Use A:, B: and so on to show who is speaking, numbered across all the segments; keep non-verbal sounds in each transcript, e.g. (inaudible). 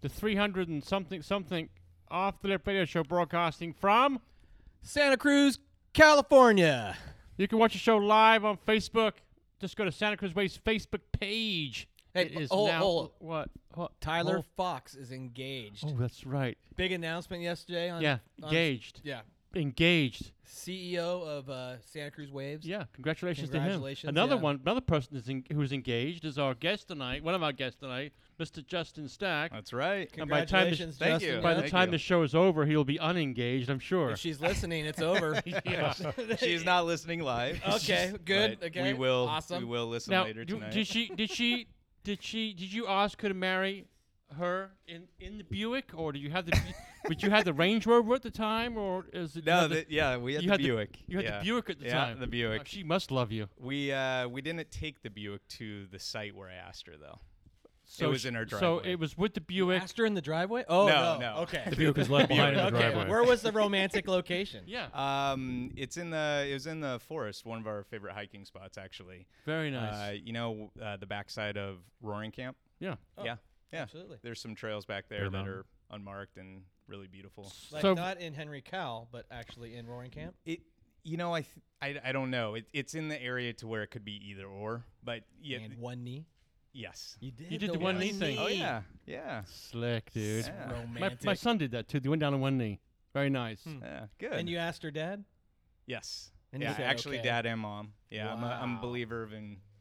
A: the 300 and something something off the lip radio show broadcasting from.
B: Santa Cruz, California.
A: You can watch the show live on Facebook. Just go to Santa Cruz Way's Facebook page.
B: Hey,
A: it is
B: hold-
A: now
B: hold.
A: what? What?
B: Tyler
A: Oh,
B: Fox is engaged.
A: oh, that's right.
B: Big announcement yesterday on
A: Yeah,
B: on-
A: engaged.
B: Yeah,
A: Engaged.
B: CEO of uh, Santa Cruz Waves.
A: Yeah, congratulations, to
B: Congratulations,
A: him. Another
B: yeah.
A: one, another person is en- who's engaged is our guest tonight. One of our guests tonight, Mr. Justin Stack.
C: That's right.
A: And by the time the-
B: Congratulations,
C: Thank
B: Justin.
C: you.
A: By the
B: Yeah.
A: time the show is over, he'll be unengaged, I'm sure.
B: if she's listening, it's over.
A: (laughs) Yeah.
B: (laughs)
C: She's not listening live.
B: Okay, good,
C: But
B: okay,
C: We will.
B: awesome.
C: We will listen
A: now,
C: later
A: do-
C: tonight.
A: did she? Did she? Did she? Did you ask her to marry her in in the Buick, or did you have the? Bu- But you had the Range Rover at the time, or is it? you
C: no,
A: had the-
C: the, yeah, we had
A: you
C: the
A: had the-
C: Buick.
A: you had
C: yeah.
A: the Buick at the
C: yeah,
A: time.
C: the
A: Oh,
C: Buick.
A: she must love you.
C: we uh, we didn't take the Buick to the site where I asked her though.
A: So
C: was
A: sh-
C: in her
A: So
C: driveway.
A: it was with the Buick.
B: Asked her in the driveway. Oh no,
C: No, no.
B: (laughs) Okay.
D: The Buick was left behind in the
B: okay.
D: driveway.
B: Where was the romantic location?
A: (laughs) Yeah,
C: Um, it's in the it was in the forest, one of our favorite hiking spots actually.
A: very nice.
C: Uh, you know uh, the backside of Roaring Camp.
A: yeah.
B: Oh,
C: yeah, yeah.
B: absolutely.
C: There's some trails back there
D: Bear
C: that
D: Mountain.
C: are unmarked and really beautiful.
B: Like
A: so
B: not in Henry Cowell, but actually in Roaring Camp.
C: It, you know, I, th- I, I don't know. It, it's in the area to where it could be either or, but yeah,
B: and
C: th-
B: one knee.
C: yes.
B: You did.
A: You did the one knee thing.
C: Oh yeah, yeah,
A: slick, dude.
C: Yeah.
A: My,
B: Romantic.
A: my son did that too. They went down on one knee. Very nice.
B: Hmm.
C: yeah. Good.
B: and you asked her dad.
C: yes.
B: and you
C: yeah,
B: said
C: actually,
B: okay.
C: dad and mom. Yeah, I'm, a, I'm a
B: Wow.
C: believer of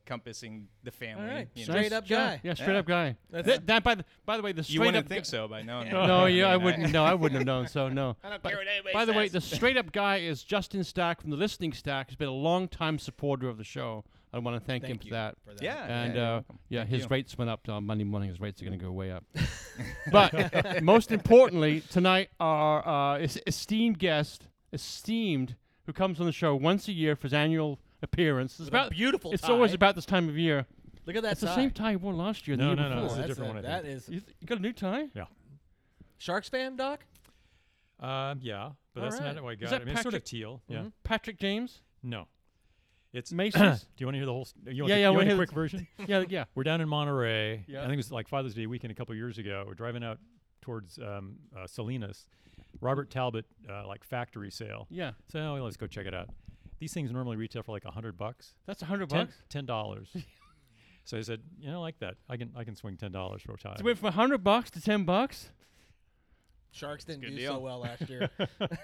C: encompassing the family.
B: right.
C: You, know?
B: Straight up
A: job.
B: guy.
A: Yeah, straight
C: Yeah.
A: up guy.
B: That's-
A: That, that by the by the way, the straight
C: you wouldn't
A: up
C: think
A: gu-
C: so by knowing.
B: No,
A: No,
C: mean,
A: yeah, I wouldn't. No, I wouldn't have known. So no.
C: (laughs) I don't
A: But-
C: care what anybody
A: By the way,
C: says.
A: the straight up guy is Justin Stack from the Listening Stack. He's been a long time supporter of the show. I want to thank, him
B: Thank
A: for
B: you
A: that.
B: for that.
C: yeah,
A: And
C: yeah, you're
A: uh,
C: welcome.
A: yeah, his
C: you.
A: rates went up on Monday morning. His rates are going to go
C: (laughs)
A: way up. but most importantly, tonight our uh, es- esteemed guest, esteemed, who comes on the show once a year for his annual appearance. It's
B: With a beautiful
A: It's always
B: tie.
A: about this time of year.
B: Look at that.
A: It's the
B: tie.
A: same tie you wore last year. and the
D: No,
A: year
D: no, no,
A: before.
D: this is a
B: that's
D: different one, I
B: That
D: think.
B: is
A: You, you got a new tie?
B: Sharks fan, Doc.
D: Um, yeah, but that's
B: Alright.
D: not how I
A: Is
D: got
A: that
D: it. I mean, it's sort of
A: Patrick-
D: teal. Yeah.
B: Mhm.
A: Patrick James,
D: No. It's.
A: Macy's.
D: (clears throat) Do you want to hear the whole? s- You want
A: Yeah,
D: the,
A: yeah,
D: You
A: we
D: want the
A: hear the- (laughs)
D: quick version?
A: yeah, yeah.
D: We're down in Monterey.
A: Yeah.
D: I think it was like Father's Day weekend a couple years ago. We're driving out towards um, uh, Salinas. Robert Talbot, uh, like factory sale.
A: Yeah,
D: So oh, let's go check it out. These things normally retail for like a hundred bucks.
A: that's a hundred
D: Ten
A: bucks.
D: ten dollars. (laughs) so I said, you know, I like that. I can I can swing ten dollars for a tie.
A: So it went from a hundred bucks to ten bucks.
B: Sharks didn't
C: good
B: do so
C: deal.
B: well last year.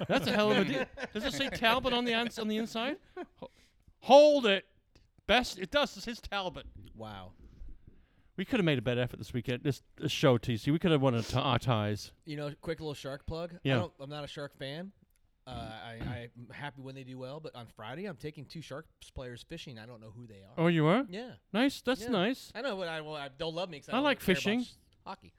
A: That's a hell of a (laughs) deal. Does it say Talbot on the ins- on the inside? Ho- Hold it. Best it does. It says Talbot.
B: wow.
A: We could have made a better effort this weekend. This, this show, TC. We could have won a t- our ties.
B: You know, quick little shark plug.
A: Yeah.
B: I don't, I'm not a shark fan. Uh, I, I'm happy when they do well, but on Friday I'm taking two sharks players fishing. I don't know who they are.
A: Oh, you were
B: Yeah,
A: nice. That's
B: Yeah.
A: nice.
B: I know, but I, well, I, they'll love me. 'cause
A: I
B: don't
A: like
B: care about
A: fishing.
B: s- hockey.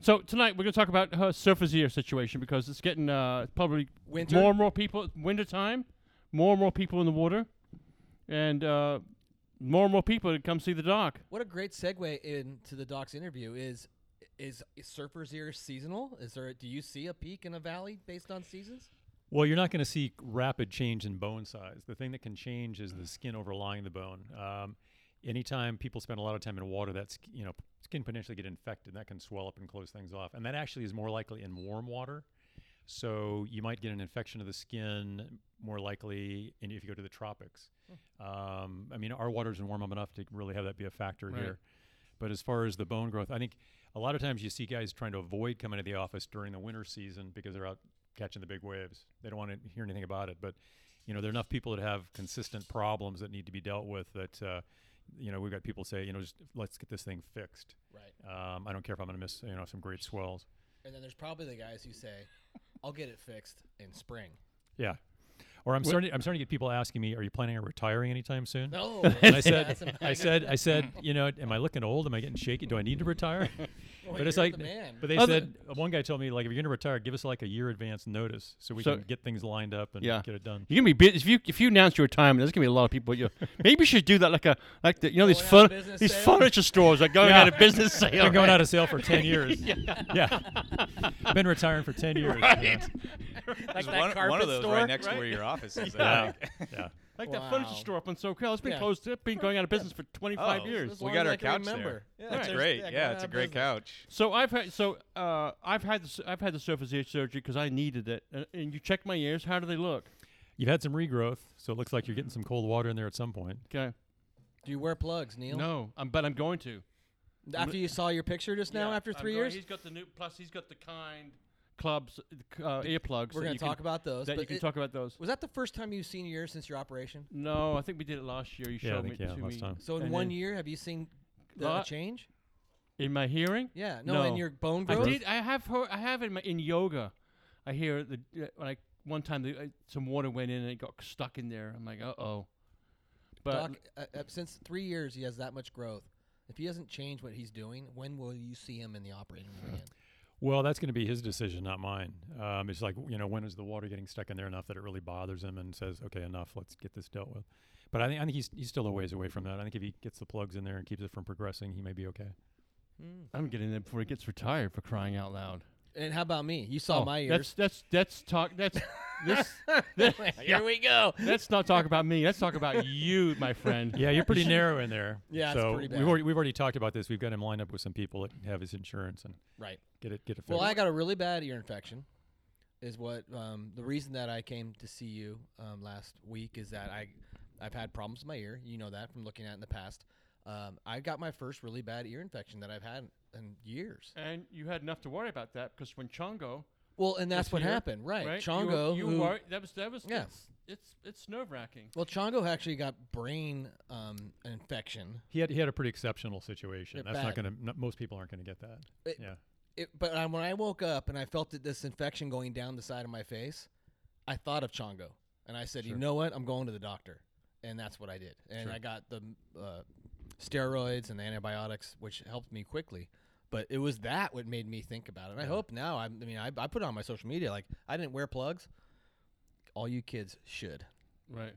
A: So tonight we're going to talk about her surface year situation because it's getting uh, probably
B: Winter?
A: more and more people winter time, more and more people in the water, and uh, more and more people to come see the dock.
B: What a great segue into the Doc's interview is. Is surfer's ear seasonal? Is there? Do you see a peak and a valley based on seasons?
D: Well, you're not going to see rapid change in bone size. The thing that can change is the skin overlying the bone. Um, anytime people spend a lot of time in water, that's you know p- skin potentially get infected. That can swell up and close things off, and that actually is more likely in warm water. So you might get an infection of the skin more likely in, if you go to the tropics. Um, I mean, our waters are warm up enough to really have that be a factor
A: Right.
D: here. But as far as the bone growth, I think a lot of times you see guys trying to avoid coming to the office during the winter season because they're out catching the big waves. They don't want to hear anything about it. But you know, there are enough people that have consistent problems that need to be dealt with. That uh, you know, we've got people say, you know, just let's get this thing fixed.
B: Right.
D: Um, I don't care if I'm going to miss you know some great swells.
B: And then there's probably the guys who say, "I'll get it fixed in spring."
D: Yeah. Or I'm starting. I'm starting to get people asking me, "Are you planning on retiring anytime soon?"
B: No, (laughs)
D: And I said, I said, I said, you know, am I looking old? Am I getting shaky? Do I need
B: (laughs)
D: to retire? but it's
B: you're
D: like,
B: the man.
D: but they
A: Other-
D: said one guy told me like, if you're gonna retire, give us like a year advance notice so we
A: So-
D: can get things lined up and
A: Yeah.
D: get
A: (laughs)
D: it done.
A: You're gonna be busy if you if you announce your retirement. There's gonna be a lot of people.
B: (laughs)
A: You maybe you should do that like a like the you know these
B: Going out
A: fun
B: of business
A: these
B: sale?
A: furniture stores are going
D: Yeah.
A: out of
B: (laughs)
A: business sale.
D: I've been going out of sale
A: (laughs)
D: for ten years. yeah. I've been retiring for ten years.
A: Right.
D: Yeah.
B: like
C: There's one, one of those right next
A: right?
C: to where your office is. I
D: Yeah.
C: think.
D: Yeah.
A: Like that furniture
B: Wow.
A: store up on SoCal. It's been
B: Yeah.
A: closed. It's been going out of business for 25
C: Oh.
A: years.
C: We got our couch there.
B: there.
A: That's
C: That's great. Yeah, it's a great couch.
A: So I've had so uh, I've had the, s- I've had the surface ear surgery because I needed it. And, and you check my ears. How do they look?
D: You've had some regrowth, so it looks like you're getting some cold water in there at some point.
A: Okay.
B: Do you wear plugs, Neil?
A: No, um, but I'm going to.
B: After you saw your picture just now, after 3 years,
A: he's got the new. Plus, he's got the kind clubs uh, earplugs.
B: we're going to talk about those.
A: that.
B: but
A: You can
B: it-
A: talk about those.
B: Was that the first time you've seen your ear since your operation?
A: No, I think we did it last year. You
D: Yeah, I
A: showed
D: think,
A: me
D: yeah,
A: to
D: last
A: me.
D: time.
B: So in
A: And
B: one
A: then-
B: year, have you seen the
A: Lot.
B: change?
A: In my hearing?
B: Yeah. No, in
A: No.
B: your bone
A: I
B: growth.
A: did. I have heard. I have in my in yoga. I hear the uh, when I one time the, uh, some water went in and it got stuck in there. I'm like, uh oh. But
B: Doc, uh, uh, since three years, he has that much growth. If he doesn't change what he's doing, when will you see him in the operating room again?
D: Well, that's going to be his decision, not mine. Um, it's like you know, when is the water getting stuck in there enough that it really bothers him and says, "Okay, enough. Let's get this dealt with." But I think I think he's he's still a ways away from that. I think if he gets the plugs in there and keeps it from progressing, he may be okay.
A: I'm getting there before he gets retired for crying out loud.
B: And how about me? You saw
A: Oh,
B: my
A: That's
B: ears.
A: that's that's talk. That's this. that-
B: (laughs) Here we go.
A: Let's not talk about me. Let's talk about you, my friend.
D: Yeah,
B: (laughs)
D: you're pretty narrow in there.
B: Yeah, it's
D: so
B: pretty bad.
D: we've already we've already talked about this. We've got him lined up with some people that have his insurance and
B: Right.
D: get it get it fixed.
B: Well, I got a really bad ear infection. Is what um, the reason that I came to see you um, last week is that I, I've had problems with my ear. You know that from looking at it in the past. Um, I got my first really bad ear infection that I've had in years.
A: And you had enough to worry about that because when Chongo,
B: Well, and that's
A: was
B: what
A: here,
B: happened, right?
A: right?
B: Chongo,
A: you, were- you
B: who-
A: were that was that was
B: Yeah.
A: it's it's, it's nerve wracking.
B: well, Chongo actually got brain um, infection.
D: he had he had a pretty exceptional situation.
B: Yeah,
D: That's not
B: bad.
D: going to most people aren't going to get that.
B: It-
D: yeah.
B: It, but I, when I woke up and I felt that this infection going down the side of my face, I thought of Chongo, and I said, "You know what? I'm going to the doctor," and that's what I did. And I got the uh, steroids and the antibiotics, which helped me quickly. But it was that what made me think about it. And I hope now. I'm- I mean, I, I put it on my social media like I didn't wear plugs. All you kids should.
A: Right.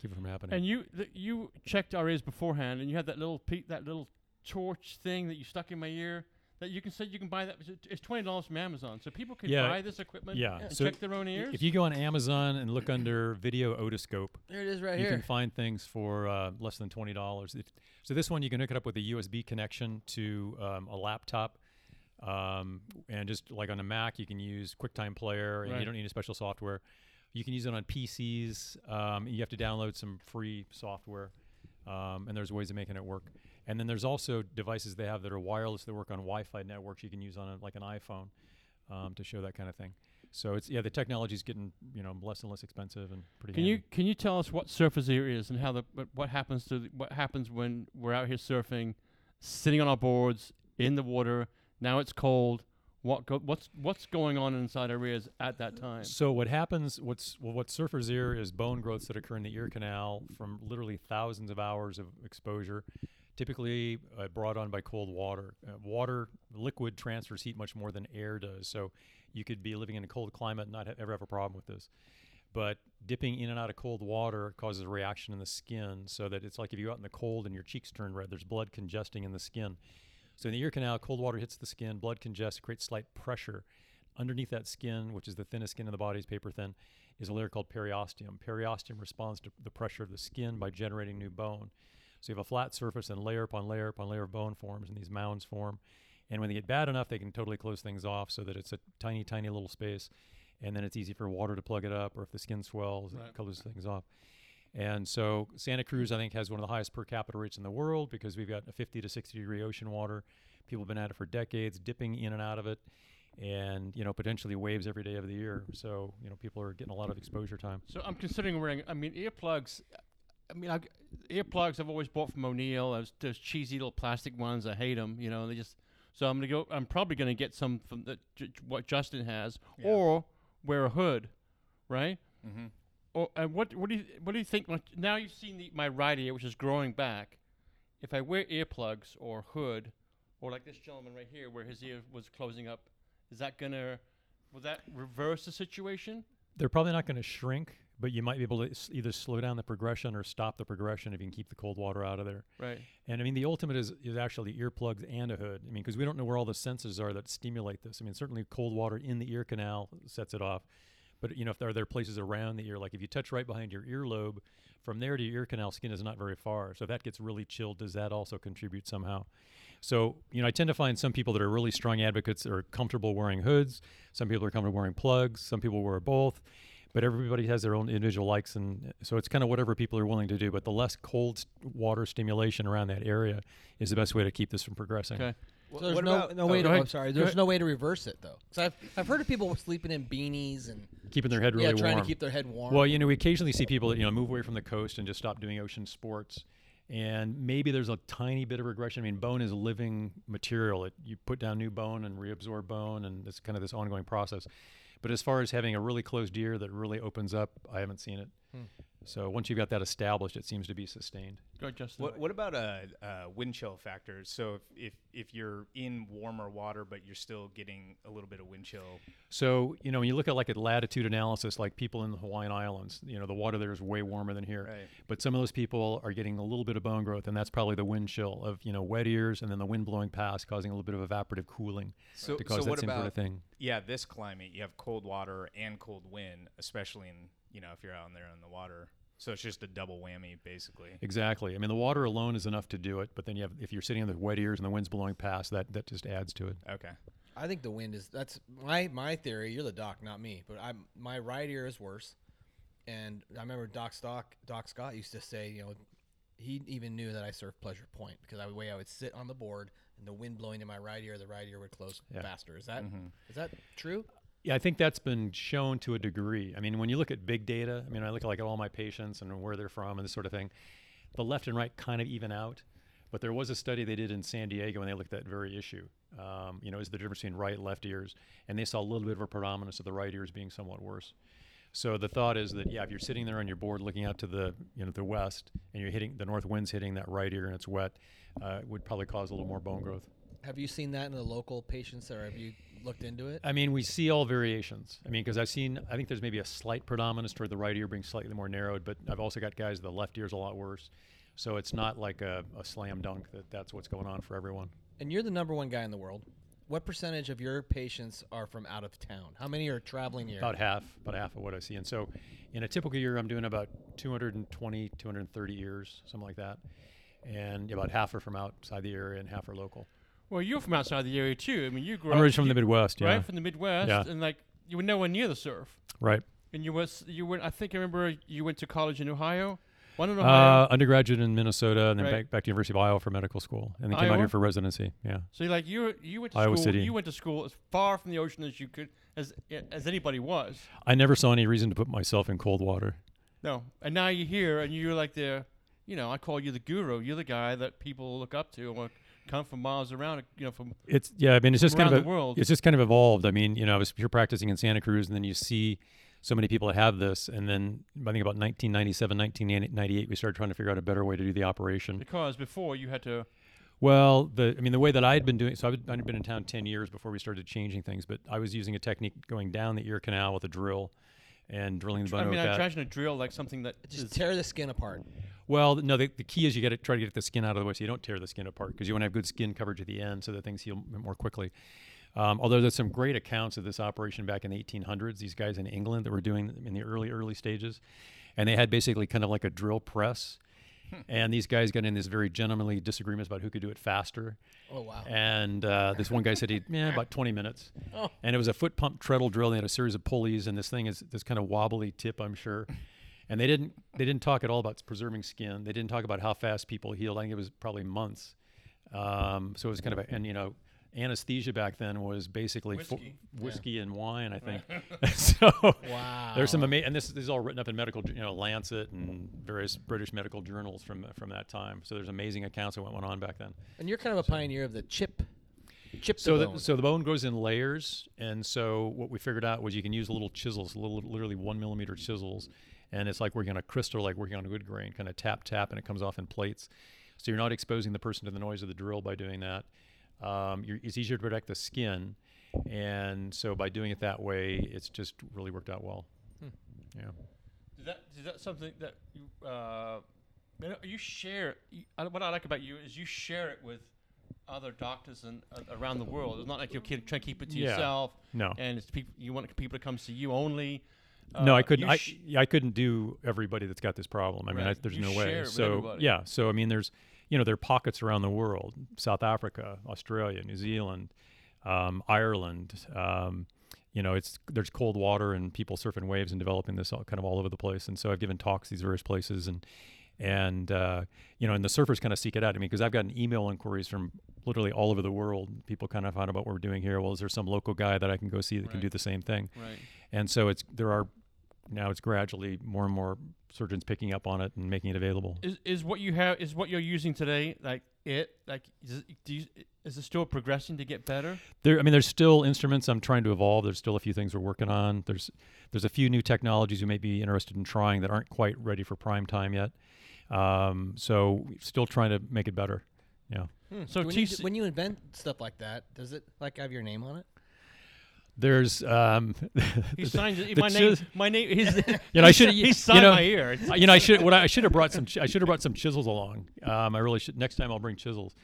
D: Keep it from happening.
A: And you th- you checked our ears beforehand, and you had that little pe- that little torch thing that you stuck in my ear. That you can say you can buy that. It's twenty dollars from Amazon, so people can
D: Yeah.
A: buy this equipment.
D: Yeah.
A: and
D: So
A: check their own ears.
D: if you go on Amazon and look under video otoscope,
B: There it is, right
D: you
B: here.
D: can find things for uh, less than twenty dollars. So this one you can hook it up with a USB connection to um, a laptop, um, and just like on a Mac, you can use QuickTime Player, and
A: Right.
D: you don't need any special software. You can use it on PCs. Um, you have to download some free software, um, and there's ways of making it work. And then there's also devices they have that are wireless that work on Wi-Fi networks. You can use on a, like an iPhone um, to show that kind of thing. So it's yeah, the technology's getting you know less and less expensive and pretty.
A: can
D: handy.
A: you can you tell us what surface ear is and how the what, what happens to the, what happens when we're out here surfing, sitting on our boards in the water. Now it's cold. What go, what's what's going on inside our ears at that time?
D: So what happens? What's well, what surfer's ear is bone growths that occur in the ear canal from literally thousands of hours of exposure, typically uh, brought on by cold water. Uh, water liquid transfers heat much more than air does. So you could be living in a cold climate and not ha- ever have a problem with this. But dipping in and out of cold water causes a reaction in the skin, so that it's like if you're out in the cold and your cheeks turn red, there's blood congesting in the skin. So in the ear canal, cold water hits the skin, blood congests, creates slight pressure. Underneath that skin, which is the thinnest skin in the body, is paper thin, is a layer called periosteum. Periosteum responds to the pressure of the skin by generating new bone. So you have a flat surface and layer upon layer upon layer of bone forms, and these mounds form. And when they get bad enough, they can totally close things off so that it's a tiny, tiny little space. And then it's easy for water to plug it up, or if the skin swells,
A: Right.
D: it closes things off. And so Santa Cruz, I think, has one of the highest per capita rates in the world because we've got a 50 to 60 degree ocean water. People have been at it for decades, dipping in and out of it, and you know potentially waves every day of the year. So you know people are getting a lot of exposure time.
A: So I'm considering wearing. I mean, earplugs. I mean, I, earplugs I've always bought from O'Neill. Those, those cheesy little plastic ones. I hate them. You know, they just. So I'm gonna go. I'm probably gonna get some from the, j- j- what Justin has,
C: Yeah.
A: or wear a hood, right?
C: Mhm.
A: Or and what what do you what do you think? like, Now you've seen the, my right ear, which is growing back. If I wear earplugs or hood, or like this gentleman right here, where his ear was closing up, is that gonna will that reverse the situation?
D: They're probably not going to shrink, but you might be able to s- either slow down the progression or stop the progression if you can keep the cold water out of there.
A: Right.
D: And I mean, the ultimate is, is actually earplugs and a hood. I mean, because we don't know where all the sensors are that stimulate this. I mean, certainly cold water in the ear canal sets it off, But you know, if there are there places around the ear, like if you touch right behind your earlobe, from there to your ear canal skin is not very far. So if that gets really chilled, does that also contribute somehow? So you know, I tend to find some people that are really strong advocates are comfortable wearing hoods. Some people are comfortable wearing plugs. Some people wear both. But everybody has their own individual likes, and uh, so it's kind of whatever people are willing to do. But the less cold s- water stimulation around that area is the best way to keep this from progressing.
A: Okay.
C: Wh-
B: So there's
C: what
B: no
C: about-
B: no
A: go
B: way to.
A: ahead.
B: I'm sorry.
A: Go
B: There's
A: ahead.
B: no way to reverse it though. So I've I've heard of people sleeping in beanies and
D: Keeping their head really
B: yeah, trying
D: warm.
B: to keep their head warm.
D: Well, you know, we occasionally see people that you know move away from the coast and just stop doing ocean sports, and maybe there's a tiny bit of regression. I mean, bone is living material; it, you put down new bone and reabsorb bone, and it's kind of this ongoing process. But as far as having a really closed ear that really opens up, I haven't seen it. So once you've got that established, it seems to be sustained.
A: Go ahead, Justin.
C: What, what about uh, uh, wind chill factors? So if, if if you're in warmer water but you're still getting a little bit of wind chill,
D: So you know, when you look at like a latitude analysis, like people in the Hawaiian Islands, you know, the water there is way warmer than here.
C: Right.
D: But some of those people are getting a little bit of bone growth, and that's probably the wind chill of you know wet ears, and then the wind blowing past, causing a little bit of evaporative cooling
C: So-
D: to
C: so
D: cause
C: what
D: that same sort
C: about-
D: of thing.
C: yeah, this climate you have cold water and cold wind, especially in you know if you're out in there in the water. So it's just a double whammy basically.
D: Exactly. I mean, the water alone is enough to do it, but then you have if you're sitting in the wet ears and the wind's blowing past, that that just adds to it.
C: Okay.
B: I think the wind is that's my my theory. You're the doc, not me. But I'm my right ear is worse. And I remember Doc Stock Doc Scott used to say, you know, he even knew that I surfed Pleasure Point because I, the way I would sit on the board and the wind blowing in my right ear, the right ear would close
D: Yeah. Mm-hmm.
B: faster. Is that is that true?
D: Yeah, I think that's been shown to a degree. I mean, when you look at big data, I mean, I look like at all my patients and where they're from and this sort of thing. The left and right kind of even out, but there was a study they did in San Diego and they looked at that very issue. Um, you know, is the difference between right and left ears, and they saw a little bit of a predominance of the right ears being somewhat worse. So the thought is that yeah, if you're sitting there on your board looking out to the you know the west and you're hitting the north wind's hitting that right ear and it's wet, uh, it would probably cause a little more bone growth.
B: Have you seen that in the local patients or have you looked into it?
D: I mean, we see all variations. I mean, because I've seen, I think there's maybe a slight predominance toward the right ear being slightly more narrowed, but I've also got guys, the left ear's a lot worse. So it's not like a, a slam dunk that that's what's going on for everyone.
B: And you're the number one guy in the world. What percentage of your patients are from out of town? How many are traveling here?
D: About half, about half of what I see. And so in a typical year, I'm doing about 220, 230 ears, something like that. And about half are from outside the area and half are local.
A: well, you're from outside the area too. I mean, you grew
D: I'm
A: up
D: originally from the
A: you-
D: Midwest, yeah.
A: right from the Midwest,
D: Yeah.
A: and like you were nowhere near the surf.
D: Right.
A: And you was you went. I think I remember you went to college in Ohio. One in Ohio.
D: Uh, undergraduate in Minnesota and then
A: Right.
D: back, back to University of Iowa for medical school. And then came out
A: Iowa?
D: here for residency. Yeah.
A: so you like you were- you went to
D: Iowa
A: school.
D: City.
A: You went to school as far from the ocean as you could, as as anybody was.
D: I never saw any reason to put myself in cold water.
A: No, and now you're here, and you're like the, you know, I call you the guru. You're the guy that people look up to and will come from miles around. You know, from
D: It's yeah, I mean it's just kind
A: Around
D: of
A: the
D: a-
A: world.
D: it's just kind of evolved. I mean, you know, I was pure practicing in Santa Cruz and then you see so many people that have this and then I think about 1997, 1998 we started trying to figure out a better way to do the operation.
A: because before you had to.
D: Well, the I mean, the way that I had been doing so, I've I'd been in town ten years before we started changing things. But I was using a technique going down the ear canal with a drill, and drilling the bone
A: I mean,
D: with
A: I
D: that.
A: imagine a drill like something that
B: Just tear the skin apart.
D: Well, th- no, the, the key is you got to try to get the skin out of the way so you don't tear the skin apart because you want to have good skin coverage at the end so that things heal m- more quickly. Um, although there's some great accounts of this operation back in the 1800s, these guys in England that were doing them in the early, early stages, and they had basically kind of like a drill press. And these guys got in these very gentlemanly disagreements about who could do it faster.
B: Oh wow.
D: And uh, this one guy said he, yeah, about 20 minutes.
B: (laughs) Oh.
D: And it was a foot pump treadle drill. They had a series of pulleys, and this thing is this kind of wobbly tip, I'm sure. And they didn't they didn't talk at all about preserving skin. They didn't talk about how fast people healed. I think it was probably months. Um, so it was kind of a, and you know anesthesia back then was basically fo-
A: Whiskey.
D: whiskey and wine,
B: (laughs)
D: I think. (laughs) so
B: Wow.
D: there's some amazing, and this, this is all written up in medical, you know, Lancet and various British medical journals from from that time. So there's amazing accounts of what went on back then.
B: And you're kind of a pioneer of the chip, chip
D: So
B: the
D: the,
B: bone.
D: so the bone grows in layers, and so what we figured out was you can use little chisels, little literally one millimeter chisels, and it's like working on a crystal, like working on a wood grain, kind of tap tap, and it comes off in plates. So you're not exposing the person to the noise of the drill by doing that. Um, you're, it's easier to protect the skin, and so by doing it that way, it's just really worked out well.
B: Hmm.
D: Yeah.
A: Is that is that something that you uh, you, know, you share? You, I- what I like about you is you share it with other doctors and uh, around the world. It's not like you're ki- trying to keep it to
D: Yeah.
A: yourself.
D: No.
A: And it's people you want people to come see you only.
D: no,
E: Uh,
D: I couldn't.
E: you
D: I,
E: sh-
D: yeah, I couldn't do everybody that's got this problem. I mean, I,
E: Right.
D: there's
E: You
D: no
E: share
D: way.
E: it with
D: So
E: everybody.
D: yeah, so I mean, there's you know there are pockets around the world: South Africa, Australia, New Zealand, um, Ireland. Um, you know, it's there's cold water and people surfing waves and developing this all, kind of all over the place. And so I've given talks these various places and. And uh, you know, and the surfers kind of seek it out. I mean, because I've gotten email inquiries from literally all over the world. People kind of find out about what we're doing here. Well, is there some local guy that I can go see that can
A: Right.
D: do the same thing?
A: Right.
D: and so it's there are now it's gradually more and more surgeons picking up on it and making it available.
A: Is is what you have is what you're using today like it like is, it- do you, is it still progressing to get
D: (laughs)
A: better?
D: There, I mean, there's still instruments I'm trying to evolve. There's still a few things we're working on. There's there's a few new technologies you may be interested in trying that aren't quite ready for prime time yet. Um, so we're still trying to make it better. Yeah,
A: So
B: Hmm. when, you,
A: TC
B: do- when you invent stuff like that, does it like have your name on it?
D: there's um, (laughs)
A: he signed it-
D: the
A: my name.
D: chis-
A: My name. His,
D: (laughs) you know I should
A: he
D: you
A: signed
D: know,
A: my ear. It's-
D: Uh, you know, I should what I, I should have brought some chi- I should have brought some chisels along. Um, I really should. Next time I'll bring chisels.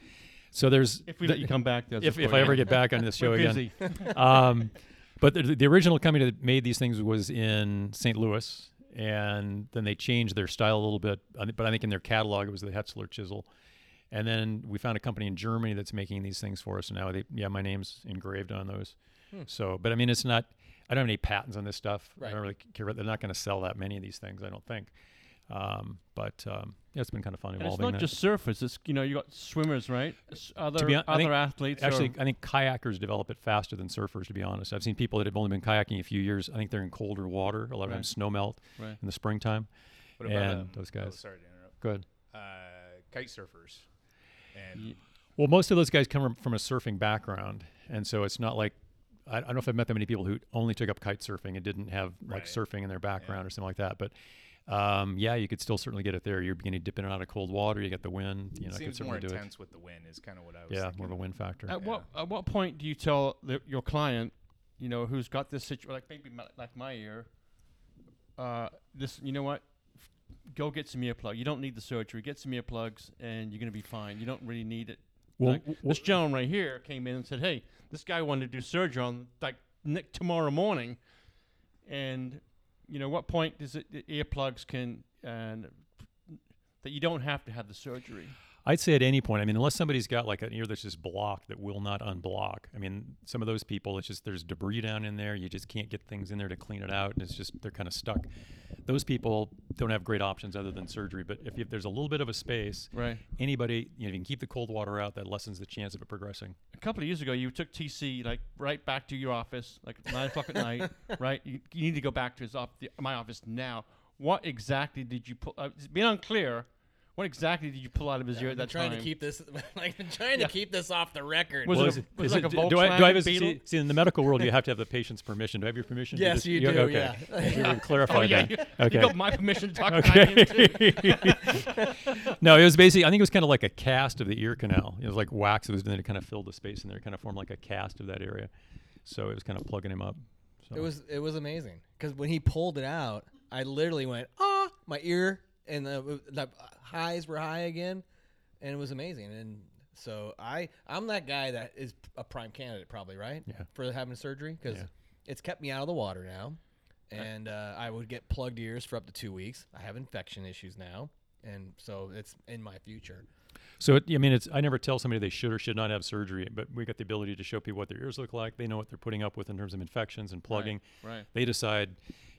D: So there's
A: if we
D: the-
A: let you come back, that's
D: if,
A: it
D: if
A: for
D: I
A: you.
D: ever get back on
A: (laughs)
D: this show
A: We're
D: again.
A: busy.
D: (laughs) um, but the, the original company that made these things was in St. Louis, and then they changed their style a little bit. I thi- But I think in their catalog it was the Hetzler chisel, and then we found a company in Germany that's making these things for us. And now they, yeah, my name's engraved on those.
A: Hmm.
D: So, but I mean, it's not. I don't have any patents on this stuff. I
B: Right.
D: don't really care. about- They're not going to sell that many of these things, I don't think. Um, but um, yeah, it's been kind of fun
A: And it's
D: evolving.
A: not
D: that.
A: just surfers. It's you know you got swimmers, right? S- Other
D: be hon- I
A: other
D: think-
A: athletes. or-
D: Actually, I think kayakers develop it faster than surfers. To be honest, I've seen people that have only been kayaking a few years. I think they're in colder water. A lot of
A: Right.
D: times snow melt
A: Right.
D: in the springtime.
C: What about
D: And
C: um,
D: those
C: oh,
D: guys.
C: sorry to interrupt.
D: Go ahead.
C: Uh, kite surfers, and
A: Ye-
D: Well, most of those guys come from- from a surfing background, and so it's not like I, I don't know if I've met that many people who only took up kite surfing and didn't have like
C: Right.
D: surfing in their background or something like that. But um, yeah, you could still certainly get it there. You're beginning to dip in and out of cold water. You get the wind. You know,
C: it
D: I could
C: seems more
D: certainly do it.
C: intense with the wind. Is kind of what I was.
D: Yeah,
C: thinking.
D: more of a wind factor.
A: At what at what point do you tell the, your client, you know, who's got this situation, like maybe my, like my ear, uh, this, you know what, F- go get some earplugs. You don't need the surgery. Get some earplugs, and you're gonna be fine. You don't really need it.
D: Well,
A: Like, this gentleman right here came in and said, "Hey, this guy wanted to do surgery on like ne- tomorrow morning," and you know, what point does it the earplugs can and that you don't have to have the surgery?
D: I'd say at any point, I mean, unless somebody's got like an ear that's just blocked that will not unblock. I mean, some of those people, it's just there's debris down in there. You just can't get things in there to clean it out, and it's just they're kind of stuck. Those people don't have great options other than surgery. But if, if there's a little bit of a space,
A: Right.
D: anybody, you know, if you can keep the cold water out, that lessens the chance of it progressing.
A: a couple of years ago, you took TC like right back to your office, like at nine o'clock at
B: (laughs)
A: night, right? You, you need to go back to his op- the, my office now. What exactly did you pull? Uh, it's being unclear, what exactly did you pull out of his ear
B: I'm
A: at that
B: trying
A: time?
B: to keep this (laughs) like I'm trying
A: Yeah.
B: to keep this off the record.
A: Was it
D: is
A: a- was it like
D: d-
A: a
D: do I, do I have
A: Volkswagen
D: a, see,
A: Beetle?
D: see, in the medical world, you have to have the patient's permission. Do I have your permission? to
B: Yes,
D: just-
B: you do,
D: Okay.
B: yeah.
D: You
A: (laughs)
D: were
A: (laughs)
D: clarified
A: oh yeah,
D: that.
A: you,
D: Okay.
A: you got my permission
D: (laughs)
A: to talk about him too.
D: Okay. no, it was basically. I think it was kind of like a cast of the ear canal. It was like wax. It was then it kind of filled the space in there, kind of formed like a cast of that area. So it was kind of plugging him up. So
B: It was it was amazing because when he pulled it out, I literally went ah, my ear and the, the highs were high again, and it was amazing. And so I I'm that guy that is a prime candidate probably right
D: Yeah.
B: for having surgery because
D: Yeah.
B: it's kept me out of the water now, and uh, I would get plugged ears for up to two weeks. I have infection issues now, and so it's in my future.
D: So it, I mean, it's. I never tell somebody they should or should not have surgery, but we got the ability to show people what their ears look like. They know what they're putting up with in terms of infections and plugging.
A: right.
D: They decide.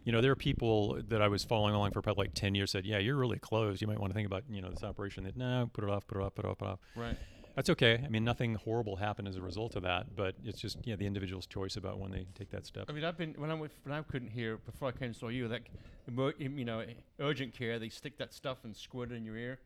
D: You know, there are people that I was following along for probably like ten years said, "Yeah, you're really closed. You might want to think about you know this operation." That no, put it off, put it off, put it off, put it off.
A: Right.
D: That's okay. I mean, nothing horrible happened as a result of that, but it's just yeah, the individual's choice about when they take that step.
A: I mean, I've been when I was- when I couldn't hear before I came and saw you. That emer- you know, urgent care, they stick that stuff and squirt it in your ear.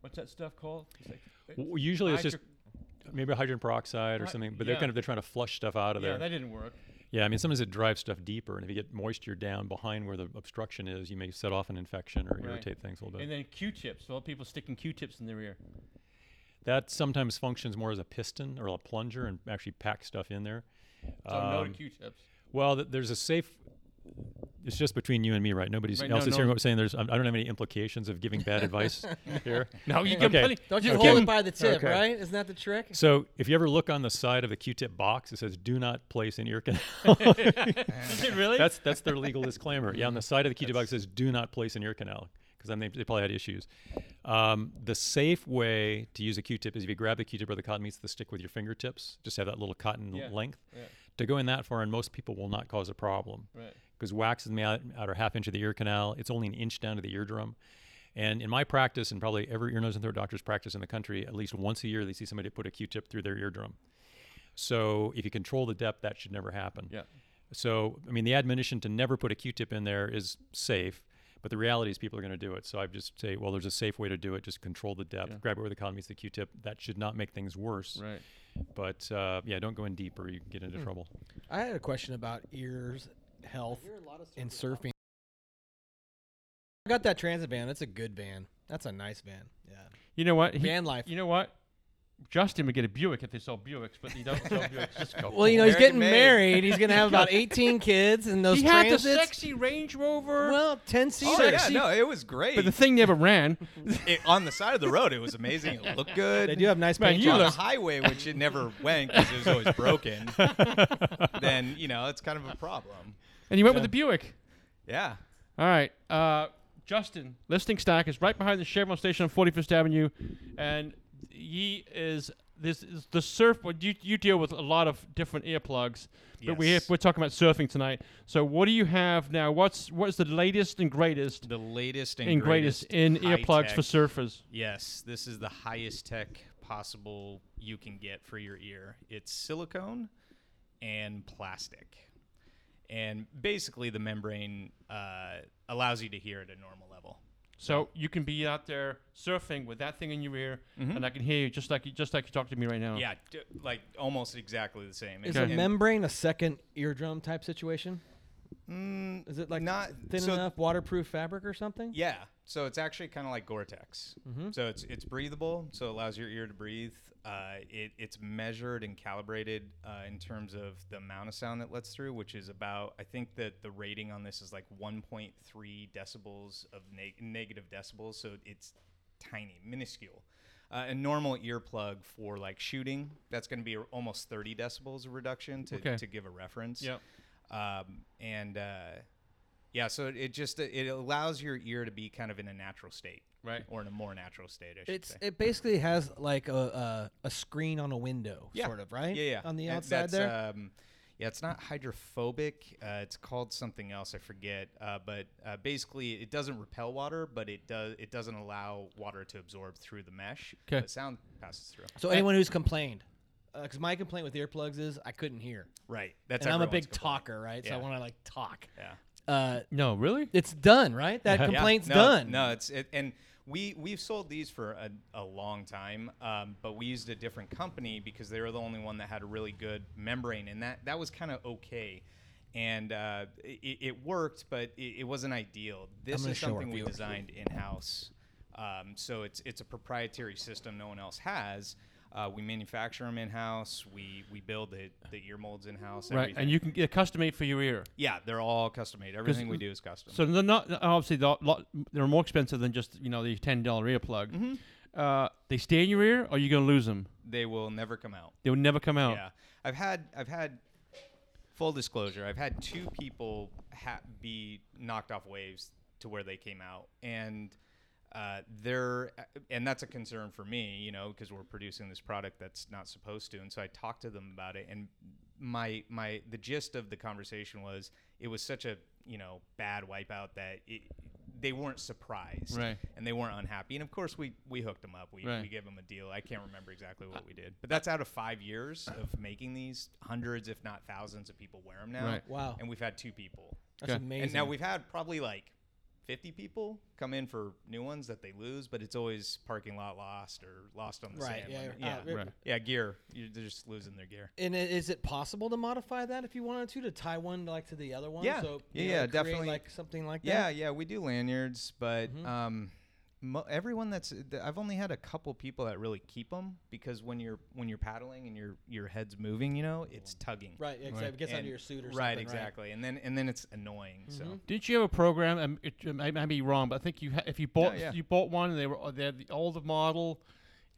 A: What's that stuff called? It's like-
D: W- Usually, it's
A: hydro-
D: just maybe hydrogen peroxide or
A: Hy-
D: something, but
A: yeah.
D: they're kind of they're trying to flush stuff out of
A: yeah,
D: there.
A: that didn't work.
D: yeah, I mean, sometimes it drives stuff deeper, and if you get moisture down behind where the obstruction is, you may set off an infection or
A: Right.
D: irritate things a little bit.
A: And then Q-tips. A lot of people sticking Q-tips in their ear.
D: that sometimes functions more as a piston or a plunger and actually packs stuff in there.
A: So no (laughs) to
D: Um,
A: Q-tips.
D: Well, th- there's a safe. it's just between you and me, right? Nobody's
A: Right,
D: else
A: no,
D: is hearing
A: no.
D: what we're saying. There's, I I don't have any implications of giving bad
A: (laughs)
D: advice here.
A: No, you can
D: Okay.
A: plenty.
B: Don't you
A: Okay.
B: hold it by the tip,
D: Okay.
B: right? Isn't that the trick?
D: So if you ever look on the side of the Q-tip box, it says "Do not place in ear canal."
A: (laughs) Is it really?
D: that's that's their legal disclaimer. Yeah, on the side of the Q-tip box it says "Do not place in ear canal" because then they, they probably had issues. Um, the safe way to use a Q-tip is if you grab the Q-tip or the cotton meets the stick with your fingertips. Just have that little cotton
A: Yeah,
D: length.
A: yeah.
D: To go in that far, and most people will not cause a problem
A: right.
D: because wax is in the out- outer half inch of the ear canal. It's only an inch down to the eardrum. And in my practice, and probably every ear, nose, and throat doctor's practice in the country, at least once a year, they see somebody put a Q-tip through their eardrum. So if you control the depth, that should never happen.
A: Yeah.
D: So I mean, the admonition to never put a Q-tip in there is safe, but the reality is people are going to do it. So I just say, well, there's a safe way to do it. Just control the depth.
A: Yeah.
D: Grab it where the cotton meets the Q-tip. That should not make things worse.
A: Right. Mm.
D: But uh, yeah, don't go in deep or you can get into trouble.
B: I had a question about ears health and surfing. I got that transit van. That's a good van. That's a nice van. Yeah.
A: You know what? He-
B: Van life.
A: You know what? Justin would get a Buick if they sold Buicks, but he doesn't sell Buicks. Cisco.
B: Well, you know, he's
C: American
B: getting
C: made.
B: married. He's gonna have
A: (laughs)
B: about 18 kids, and those
A: he had the
B: transits.
A: sexy Range Rover,
B: well, 10
C: Oh,
B: seats.
C: yeah, no, it was great.
A: but the thing never ran.
C: It- on the side of the road, it was amazing. It looked good.
B: They do have nice
A: Man,
B: paint
A: you
C: on
B: jobs.
C: the
A: look-
C: highway, which it never went because it was always
D: (laughs)
C: broken. then you know it's kind of a problem.
A: And he went with the Buick.
C: Yeah.
A: All right. Uh, Justin, listing stock is right behind the Chevron station on 41st Avenue, and he is this is the surf. what You you deal with a lot of different earplugs, but we
C: Yes.
A: we're talking about surfing tonight. So what do you have now? What's what's the latest and greatest
C: The latest and,
A: and greatest, in earplugs for
C: high-tech-
A: surfers?
C: Yes, this is the highest tech possible you can get for your ear. It's silicone and plastic. And basically, the membrane uh, allows you to hear at a normal level.
A: So you can be out there surfing with that thing in your ear, and I can hear you just like you just like you talk to me right now.
C: Mm-hmm. Yeah, d- like almost exactly the same.
B: Is
C: And-
A: Okay.
B: a
C: and-
B: membrane a second eardrum type situation?
C: Mm,
B: Is it like
C: Not-
B: thin
C: so-
B: enough waterproof fabric or something?
C: Yeah. So it's actually kind of like Gore-Tex.
A: Mm-hmm.
C: So it's it's breathable. So it allows your ear to breathe. Uh, it, it's measured and calibrated uh, in terms of the amount of sound that lets through, which is about I think that the rating on this is like 1.3 decibels of neg- negative decibels. So it's tiny, minuscule. Uh, a normal earplug for like shooting that's going to be almost 30 decibels of reduction to,
A: Okay.
C: to give a reference.
A: Yep.
C: Um, and uh, yeah, so it- it just it allows your ear to be kind of in a natural state,
A: Right.
C: or in a more natural state. I should
B: It's
C: say.
B: it basically has like a a, a screen on a window,
C: Yeah.
B: sort of, right?
C: Yeah, yeah.
B: On the
C: And
B: outside
C: that's,
B: there.
C: Um, yeah, it's not hydrophobic. Uh, it's called something else. I forget. Uh, but uh, basically, it doesn't repel water, but it does. It doesn't allow water to absorb through the mesh.
A: 'Kay.
C: But sound passes through.
B: so anyone who's complained, because my complaint with earplugs is I couldn't hear,
C: Right. That's.
B: and I'm a
C: everyone's
B: big
C: complaint.
B: talker, right? So I
C: Yeah.
B: want to like talk.
C: Yeah.
B: Uh,
A: No, really?
B: it's done, right? That
C: Yeah,
B: complaint's
C: no,
B: done.
C: No, it's it, and we we've sold these for a, a long time, um, but we used a different company because they were the only one that had a really good membrane, and that that was kind of okay. And uh, it, it worked, but it, it wasn't ideal. This
B: gonna
C: is
B: show our
C: something we
B: viewers.
C: designed in house, um, so it's it's a proprietary system no one else has. Uh, we manufacture them in house. We we build the, the ear molds in house.
A: Right, and you can get custom made for your ear.
C: yeah, they're all custom made. Everything we do is custom.
A: So they're not obviously they're, lot, they're more expensive than just you know the ten dollar earplug.
C: Mm-hmm.
A: Uh, they stay in your ear, or you're gonna lose them.
C: they will never come out.
A: They will never come out.
C: Yeah, I've had I've had full disclosure. I've had two people ha- be knocked off waves to where they came out, and uh, they're and that's a concern for me, you know, because we're producing this product that's not supposed to. And so I talked to them about it, and my my the gist of the conversation was it was such a you know bad wipeout that it. They weren't surprised,
A: Right.
C: and they weren't unhappy. And of course, we we hooked them up. We,
A: Right.
C: we gave them a deal. I can't remember exactly what we did, but that's out of five years of making these. Hundreds, if not thousands, of people wear them now.
A: Right.
B: Wow.
C: And we've had two people,
B: That's
A: Okay.
B: amazing.
C: and now we've had probably like fifty people come in for new ones that they lose, but it's always parking lot lost or lost on the
B: Right,
C: sand.
B: yeah,
C: when-
B: yeah,
C: yeah,
B: right.
C: yeah, Gear, You're, they're just losing their gear.
B: And i- is it possible to modify that if you wanted to, to tie one like to the other one?
C: Yeah.
B: So,
C: Yeah,
B: you know,
C: yeah,
B: create,
C: definitely.
B: Like something like
C: Yeah,
B: that.
C: yeah, we do lanyards, but um, mo- everyone that's th- I've only had a couple people that really keep them because when you're when you're paddling and your your head's moving, you know, it's tugging.
B: Right, yeah, 'cause
A: Right.
B: it gets
C: And-
B: under your suit or something. Mm-hmm.
C: right, exactly. And then and then it's annoying. So
A: Didn't you have a program? Um, it, um, I might be wrong, but I think you ha- if you bought
C: yeah.
A: you bought one, and they were they had the older model,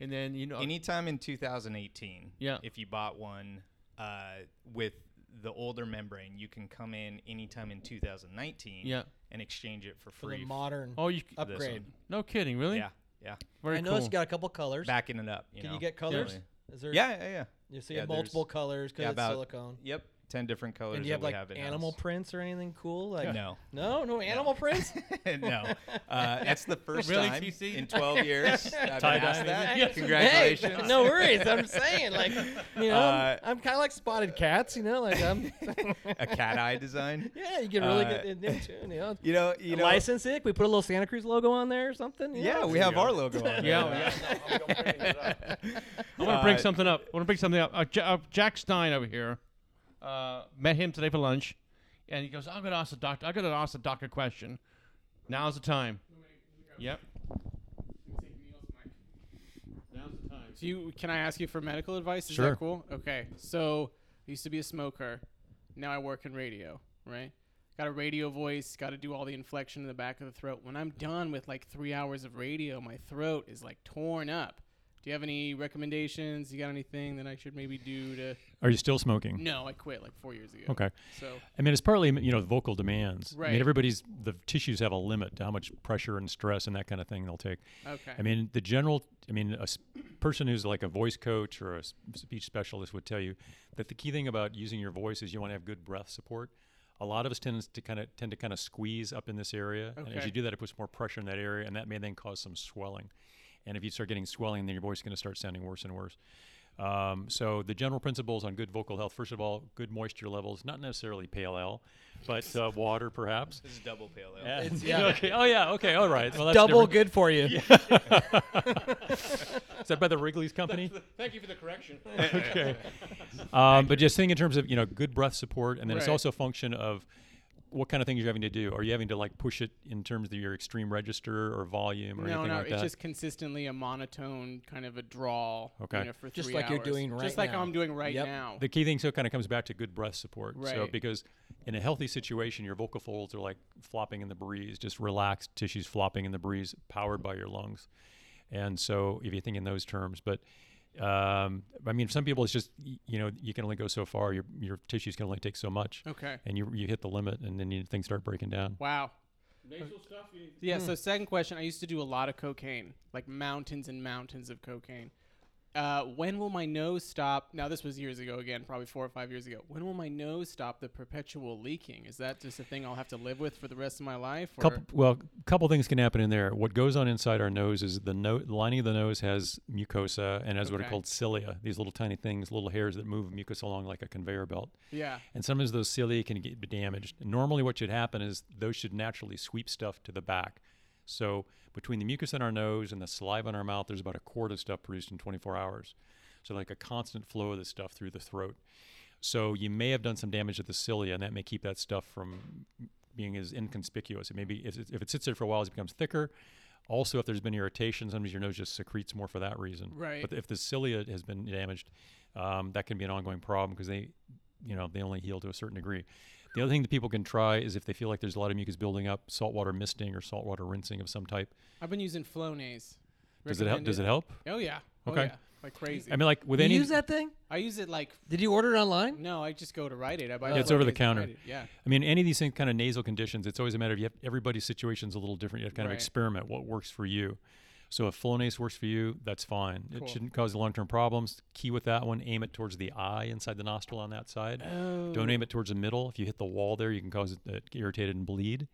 A: and then you know
C: anytime in 2018,
A: Uh, Yeah.
C: if you bought one uh, with the older membrane, you can come in anytime in 2019
A: Yeah.
C: and exchange it for
B: For
C: free.
B: the modern
A: oh you
C: this
B: upgrade.
C: one.
A: no kidding really
C: Yeah, yeah.
A: very
B: I
A: cool.
B: noticed you got a couple colors.
C: Backing it up. You
B: Can
C: know?
B: you get colors? Is there?
C: Yeah, yeah, yeah.
B: You see
C: Yeah,
B: multiple
C: there's-
B: colors because
C: yeah,
B: it's
C: about-
B: silicone.
C: Yep, 10 different colors
B: And do you have
C: that we
B: like
C: have in (laughs)
B: animal prints or anything cool? Like
C: No. (laughs)
B: no, no animal prints. (laughs)
C: no, uh, that's the first
A: Really,
C: time
A: TC?
B: (laughs)
C: in 12 years that I've been
D: Tie-dye
C: asked that.
A: Yes.
C: Congratulations.
B: Hey, no worries. I'm saying like you know
C: Uh,
B: I'm kind of like spotted cats. You know, like I'm. (laughs)
C: a cat eye design.
B: yeah, you get really
C: Uh,
B: good in there too. You know,
C: You know, you know.
B: license it. We put a little Santa Cruz logo on there or something. you
C: Yeah,
B: know?
C: we have our
B: (laughs)
C: logo on. there.
A: Yeah, I want to bring
C: Uh,
A: something up. I want to bring something up. Uh, J- uh, Jack Stein over here uh, met him today for lunch, and he goes, "I'm gonna ask the doctor. I'm gonna ask the doctor a question. Now's the time." Yep. Now's the time.
E: Do you? Can I ask you for medical advice? Is
D: Sure.
E: that cool? Okay. So I used to be a smoker. Now I work in radio. Right. Got a radio voice. Got to do all the inflection in the back of the throat. When I'm done with like three hours of radio, my throat is like torn up. Do you have any recommendations? You got anything that I should maybe do
D: (laughs)
E: to?
D: Are you still smoking?
E: No, I quit like four years ago.
D: Okay.
E: So
D: I mean, it's partly you know the vocal demands. I
E: Right.
D: mean, everybody's the tissues have a limit to how much pressure and stress and that kind of thing they'll take.
E: okay.
D: I mean, the general. I mean, a s- person who's like a voice coach or a s- speech specialist would tell you that the key thing about using your voice is you want to have good breath support. A lot of us tend to kind of tend to kind of squeeze up in this area, and as
E: Okay.
D: you do that, it puts more pressure in that area, and that may then cause some swelling. And if you start getting swelling, then your voice is going to start sounding worse and worse. Um, so the general principles on good vocal health: first of all, good moisture levels, not necessarily pale ale, but uh, water perhaps.
C: This is double pale ale.
D: And-
B: yeah.
D: (laughs) okay. Oh yeah. Okay. All right. Well, that's
B: Double good
D: different.
B: for you.
D: Is that by the Wrigley's company?
E: Thank you for the correction.
D: (laughs)
E: (laughs)
D: okay. Um, but just think in terms of you know good breath support, and then it's
E: Right.
D: also a function of what kind of things you're having to do. Are you having to like push it in terms of your extreme register or volume or
E: No,
D: anything
E: no,
D: like
E: it's
D: that?
E: just consistently a monotone kind of a drawl.
D: Okay.
E: You know, for
B: Just
E: three
B: like you're
E: hours.
B: doing right
E: Just like
B: now.
E: I'm doing right
B: Yep.
E: now.
D: the key thing so kind of comes back to good breath support. So
E: Right.
D: because in a healthy situation, your vocal folds are like flopping in the breeze, just relaxed tissues flopping in the breeze, powered by your lungs. And so if you think in those terms, but um, I mean, some people it's just y- you know you can only go so far. Your your tissues can only take so much.
E: okay.
D: and you you hit the limit, and then you, things start breaking down.
E: Wow. Yeah.
D: Hmm.
E: So second question, I used to do a lot of cocaine, like mountains and mountains of cocaine. Uh, when will my nose stop? Now this was years ago again, probably four or five years ago. When will my nose stop the perpetual leaking? Is that just a thing I'll have to live with for the rest of my life? Or?
D: Couple, well, a couple things can happen in there. What goes on inside our nose is the no, the lining of the nose has mucosa and has what are
E: Okay.
D: called cilia, these little tiny things, little hairs that move mucus along like a conveyor belt.
E: Yeah.
D: And sometimes those cilia can get damaged. Normally, what should happen is those should naturally sweep stuff to the back. So, between the mucus in our nose and the saliva in our mouth, there's about a quart of stuff produced in 24 hours. So, like a constant flow of this stuff through the throat. So, you may have done some damage to the cilia, and that may keep that stuff from being as inconspicuous. It may be, if it, if it sits there for a while, it becomes thicker. Also, if there's been irritation, sometimes your nose just secretes more for that reason.
E: Right.
D: But if the cilia has been damaged, um, that can be an ongoing problem because they, you know, they only heal to a certain degree. The other thing that people can try is if they feel like there's a lot of mucus building up, saltwater misting or saltwater rinsing of some type.
E: I've been using Flonase.
D: Does it help?
E: Recommend
D: Does it help?
E: Oh yeah. Oh,
D: Okay.
E: yeah. Like crazy.
D: I mean, like with
B: Did
D: any,
B: you use that thing?
E: I use it like
B: Did you order it online?
E: No, I just go to write it. I buy
D: Yeah,
E: the
D: it's over the
E: Flonase and
D: counter.
E: write it. Yeah.
D: I mean, any of these things, kind of nasal conditions, it's always a matter of you have, everybody's situation's a little different. You have to kind
E: Right.
D: of experiment what works for you. So if Flonase works for you, that's fine.
E: Cool.
D: It shouldn't cause long-term problems. Key with that one, aim it towards the eye inside the nostril on that side.
E: Oh.
D: Don't aim it towards the middle. If you hit the wall there, you can cause it to get irritated and bleed.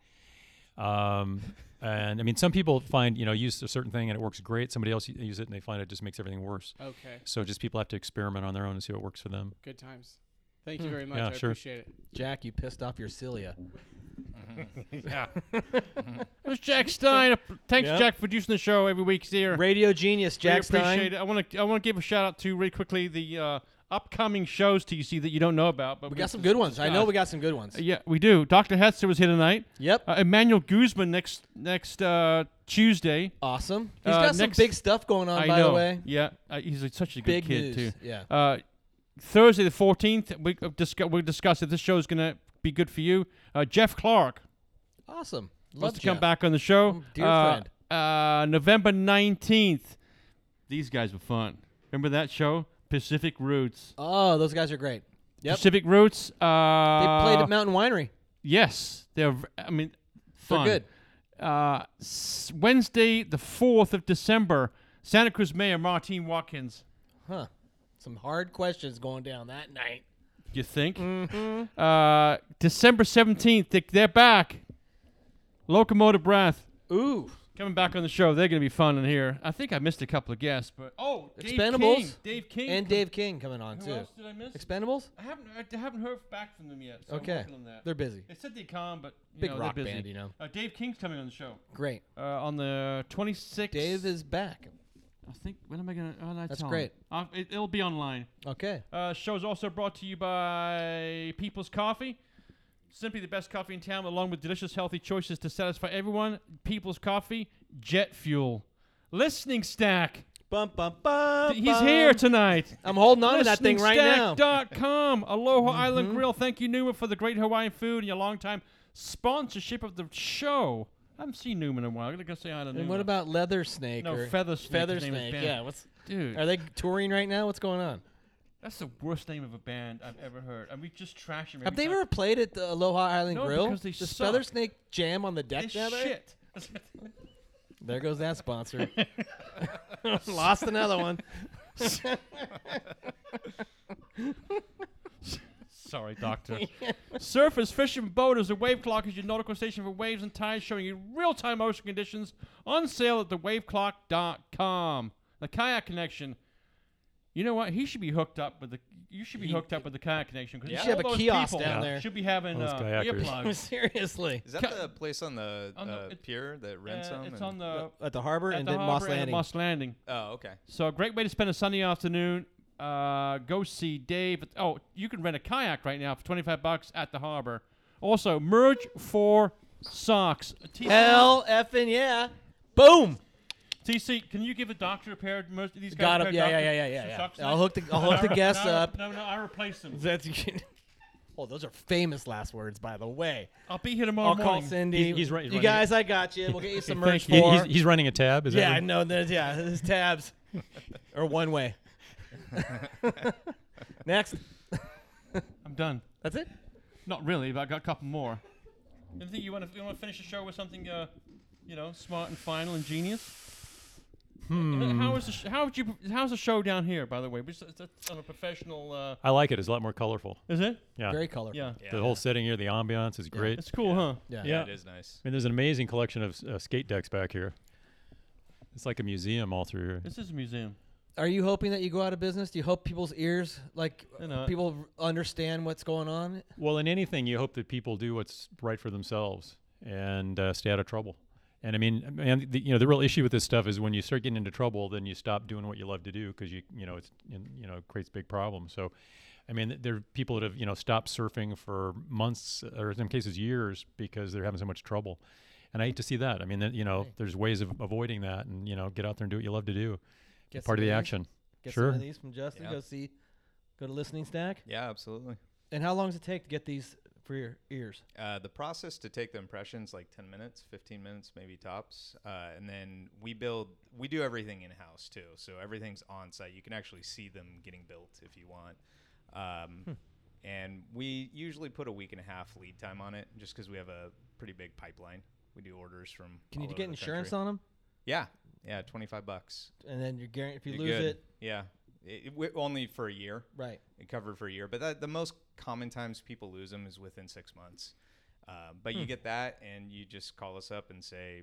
D: Um, and I mean, some people find you know use a certain thing and it works great. Somebody else u- use it and they find it just makes everything worse.
E: Okay.
D: So just people have to experiment on their own and see what works for them.
E: Good times. Thank you very much.
D: Hmm. Yeah,
E: I
D: sure.
E: appreciate it.
B: Jack, you pissed off your cilia.
A: It was Jack Stein. Uh, Thanks,
B: Yep.
A: Jack, for producing the show every week. He's here.
B: Radio genius, Jack
A: we appreciate
B: Stein.
A: it. I want to I want to give a shout out to really quickly the uh, upcoming shows TC that you don't know about. But Uh,
B: We got some good ones. I know we got some good ones.
A: Yeah, we do. Dr. Hetzer was here tonight.
B: Yep.
A: Uh, Emmanuel Guzman next next uh, Tuesday.
B: Awesome. He's
A: Uh,
B: got some
A: next-
B: big stuff going on,
A: I
B: by
A: know.
B: the way.
A: Yeah, uh, he's a, such a good
B: Big
A: kid
B: news.
A: too.
B: Yeah.
A: Uh, Thursday the fourteenth, we uh, discuss we'll discuss if this show is gonna be good for you. Uh, Jeff Clark
B: Awesome. Love
A: wants to come
B: Jeff.
A: back on the show.
B: Oh, dear
A: Uh,
B: friend.
A: Uh, November nineteenth. These guys were fun. Remember that show, Pacific Roots.
B: Oh, those guys are great. Yep.
A: Pacific Roots.
B: They
A: Uh,
B: played at Mountain Winery.
A: Yes, they're. v- I mean,
B: They're
A: fun.
B: good.
A: Uh, s- Wednesday, the fourth of December, Santa Cruz Mayor Martine Watkins.
B: Huh. Some hard questions going down that night.
A: You think?
B: Mm.
A: Uh, December seventeenth, they, they're back. Locomotive Breath
B: Ooh.
A: coming back on the show. They're going to be fun in here. I think I missed a couple of guests, but oh, Dave
B: Expendables
A: King. Dave King
B: And
A: com-
B: Dave King coming on,
A: uh, Who
B: too.
A: else did I miss?
B: Expendables?
A: I haven't I haven't heard back from them yet. So I'm
B: Okay.
A: working on that.
B: They're busy.
A: They said they come, but you
B: Big
A: know,
B: rock
A: they're busy.
B: band, you know.
A: Uh, Dave King's coming on the show
B: Great.
A: uh, on the twenty sixth.
B: Dave is back.
A: I think when am I gonna? Oh,
B: That's tell 'em. great.
A: it, will be online.
B: Okay.
A: Uh, show is also brought to you by People's Coffee. Simply the best coffee in town, along with delicious, healthy choices to satisfy everyone. People's Coffee, Jet Fuel, Listening Stack.
B: Bum, bum, bum.
A: He's here
B: bum.
A: tonight.
B: I'm holding on to that thing right now. Mm-hmm.
A: ListeningStack.com. Aloha Island Grill. Thank you, Newman, for the great Hawaiian food and your longtime sponsorship of the show. I haven't seen Newman in a while. I'm gonna go say hi to
B: And
A: Newman.
B: what about Leather Snake?
A: No,
B: or
A: Feather Snake,
B: Feather
A: his name is
B: Snake.
A: Ben.
B: Yeah. What's
A: dude?
B: are they touring right now? What's going on?
A: That's the worst name of a band I've ever heard. And we just trash him.
B: Have
A: every
B: they
A: time.
B: ever played at the Aloha Island
A: No,
B: Grill?
A: because they
B: Does
A: suck.
B: Feather Snake jam on the deck
A: It's
B: down there?
A: shit. (laughs)
B: There goes that sponsor. (laughs) Lost another one.
A: Sorry, Doctor. Surface fishing boaters. The Wave Clock is your nautical station for waves and tides, showing you real-time ocean conditions. On sale at thewaveclock.com. The Kayak Connection. You know what? He should be hooked up with the. You should be hooked up with the Kayak Connection. 'cause
C: You
A: all
C: should
B: have a
A: those
B: kiosk
A: people
B: down
D: Yeah.
B: there.
A: Should be having
D: All those
A: uh,
B: (laughs)
D: kayakers.
A: earplugs.
B: (laughs) Seriously.
C: Is that
A: Ca-
C: the place on the,
A: On the-
C: uh,
A: it-
C: pier that rents
A: Uh,
C: them?
A: it's
C: and-
A: on the.
B: At the harbor
A: at
B: and
A: the
B: then
A: harbor
B: Moss
A: and at
B: Landing.
A: Moss Landing.
C: Oh, okay.
A: So a great way to spend a sunny afternoon. Uh, go see Dave. Oh, you can rent a kayak right now for twenty five bucks at the harbor. Also, merge for socks. TC,
B: Hell effing yeah. Boom.
A: TC, can you give a doctor a pair of merge? These guys
B: Got
A: a
B: him.
A: pair of
B: Yeah, yeah,
A: doctor-
B: yeah, yeah, yeah, yeah.
A: socks
B: I'll
A: now?
B: hook the I'll hook
A: No,
B: the
A: (laughs)
B: guests
A: no,
B: up.
A: No, no, I replace them.
B: That's (laughs) Oh, those are famous last words, by the way.
A: I'll be here tomorrow
B: I'll call
A: morning.
B: Cindy.
D: He's- he's right- he's
B: you
D: running
B: guys, I got you. We'll get you some merch
D: He-
B: for.
D: he's, he's running a tab. Is
B: yeah, I
D: that what-
B: know. There's, yeah, there's tabs or one way. (laughs) Next,
A: I'm done.
B: that's it.
A: Not really, but I got a couple more. Anything you want to you want to finish the show with something, uh, you know, smart and final and genius? Hmm. How is the sh- how would you how's the show down here? By the way, Which- that's that's on a professional. Uh,
D: I like it. It's a lot more colorful.
A: is it?
D: Yeah.
B: Very colorful.
A: Yeah,
C: Yeah.
D: The whole setting here, the ambiance is great.
A: it's cool, huh?
B: Yeah.
C: Yeah,
D: Yeah.
C: it is nice.
D: I mean, there's an amazing collection of s- uh, skate decks back here. It's like a museum all through here.
A: This is a museum.
B: Are you hoping that you go out of business? Do you hope people's ears, like
A: You know.
B: people understand what's going on?
D: Well, in anything, you hope that people do what's right for themselves and uh, stay out of trouble. And I mean, and the, you know, the real issue with this stuff is when you start getting into trouble, then you stop doing what you love to do because you, you know, it's in- you know, it creates big problems. So, I mean, th- there are people that have you know stopped surfing for months or in some cases years because they're having so much trouble. And I hate to see that. I mean, that, you know, there's ways of avoiding that, and you know, get out there and do what you love to do.
B: Get
D: Part
B: some
D: of the
B: these-
D: action.
B: Get
D: sure.
B: some of these from Justin.
C: Yeah.
B: Go see. Go to listening stack.
C: Yeah, absolutely.
B: And how long does it take to get these for your ears?
C: Uh, the process to take the impressions like 10 minutes 15 minutes maybe tops uh, and then we build we do everything in house too so everything's on site you can actually see them getting built if you want um,
B: Hmm.
C: and we usually put a week and a half lead time on it just because we have a pretty big pipeline we do orders from
B: Can you
C: all
B: get
C: over the
B: insurance
C: country.
B: on them?
C: yeah yeah 25 bucks
B: And then you're guaranteed if you
C: You're
B: lose
C: good.
B: it,
C: yeah It- it- we- only for a year
B: right?
C: it covered for a year. But that, the most common times people lose them is within six months. Uh, but
B: Hmm.
C: you get that, and you just call us up and say,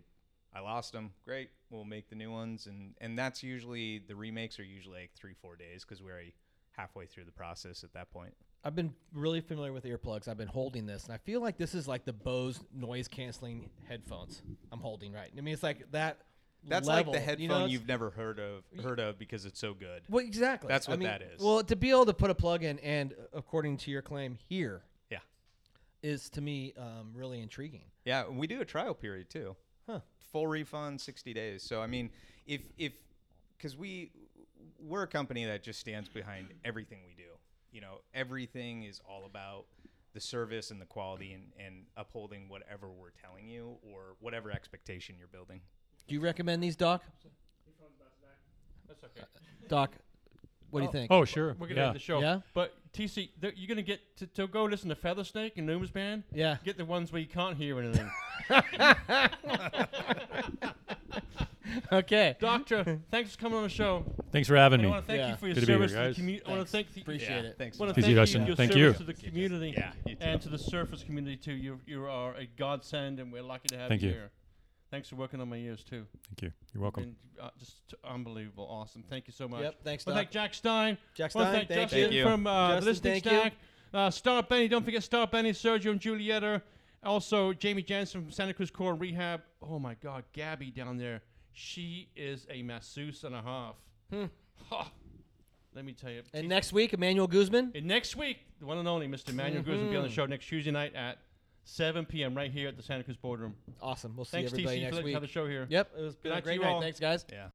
C: "I lost them. Great, we'll make the new ones." And and that's usually the remakes are usually like three four days because we're already halfway through the process at that point.
B: I've been really familiar with earplugs. I've been holding this, and I feel like this is like the Bose noise canceling headphones I'm holding right. I mean, it's like that
C: That's
B: level.
C: like the headphone
B: you
C: you
B: know, it's-
C: have never heard of heard of because it's so good.
B: Well, exactly.
C: That's
B: I
C: what
B: mean,
C: that is.
B: Well, to be able to put a plug in, and uh, according to your claim here,
C: Yeah.
B: is to me um, really intriguing.
C: Yeah, we do a trial period too.
B: Huh.
C: Full refund, sixty days. So I mean, if if because we we're a company that just stands behind everything we do. You know, everything is all about the service and the quality and, and upholding whatever we're telling you or whatever expectation you're building.
B: Do you recommend these, Doc?
A: That's okay.
B: Doc, what do you think?
D: Oh, sure.
A: Uh, We're gonna
D: yeah.
A: end the show.
B: Yeah?
A: But TC, th- you're gonna get to, to go listen to Feather Snake and Noom's band.
B: Yeah. (laughs)
A: Get the ones where you can't hear anything.
B: okay.
A: Doctor, thanks for coming on the show.
D: Thanks for having
A: I
D: me.
A: want to thank
B: Yeah.
A: you for your
D: Good to be here,
A: service to the
D: guys.
A: community. I want to thank the,
B: Appreciate
C: Yeah,
B: it.
C: Thanks.
A: Want
C: much.
A: to thank
D: Dustin.
A: you, your
D: Thank
A: service
D: you.
A: to the community
C: Yeah, you
A: and to the surface community too. You you are a godsend, and we're lucky to have
D: Thank
A: you
D: you.
A: here. Thanks for working on my ears too.
D: Thank you. You're welcome.
A: And uh, just unbelievable, awesome. Thank you so much.
B: Yep. Thanks,
A: Well,
B: Doc.
A: thank Jack Stein.
B: Jack
A: Wanna
B: Stein,
A: thank
B: thank
A: Justin
C: you. Thank you.
A: from uh,
B: Justin,
A: the Listening
B: thank you.
A: Stack. Uh, Star Benny, don't forget Star Benny, Sergio and Julieta. Also, Jamie Jansen from Santa Cruz Core and Rehab. Oh my God, Gabby down there. She is a masseuse and a half. Ha. Let me tell you.
B: Hmm. and next week, Emmanuel Guzman.
A: And next week, the one and only Mr. Manuel Cruz will be
B: Mm-hmm.
A: on the show next Tuesday night at 7 p.m. right here at the Santa Cruz Boardroom.
B: Awesome. We'll see
A: Thanks, TC,
B: everybody
A: for
B: next
A: letting us
B: week.
A: have the show here.
B: Yep. It was
A: Good
B: been a
A: night to
B: great
A: you
B: night.
A: all.
B: Thanks, guys.
C: Yeah.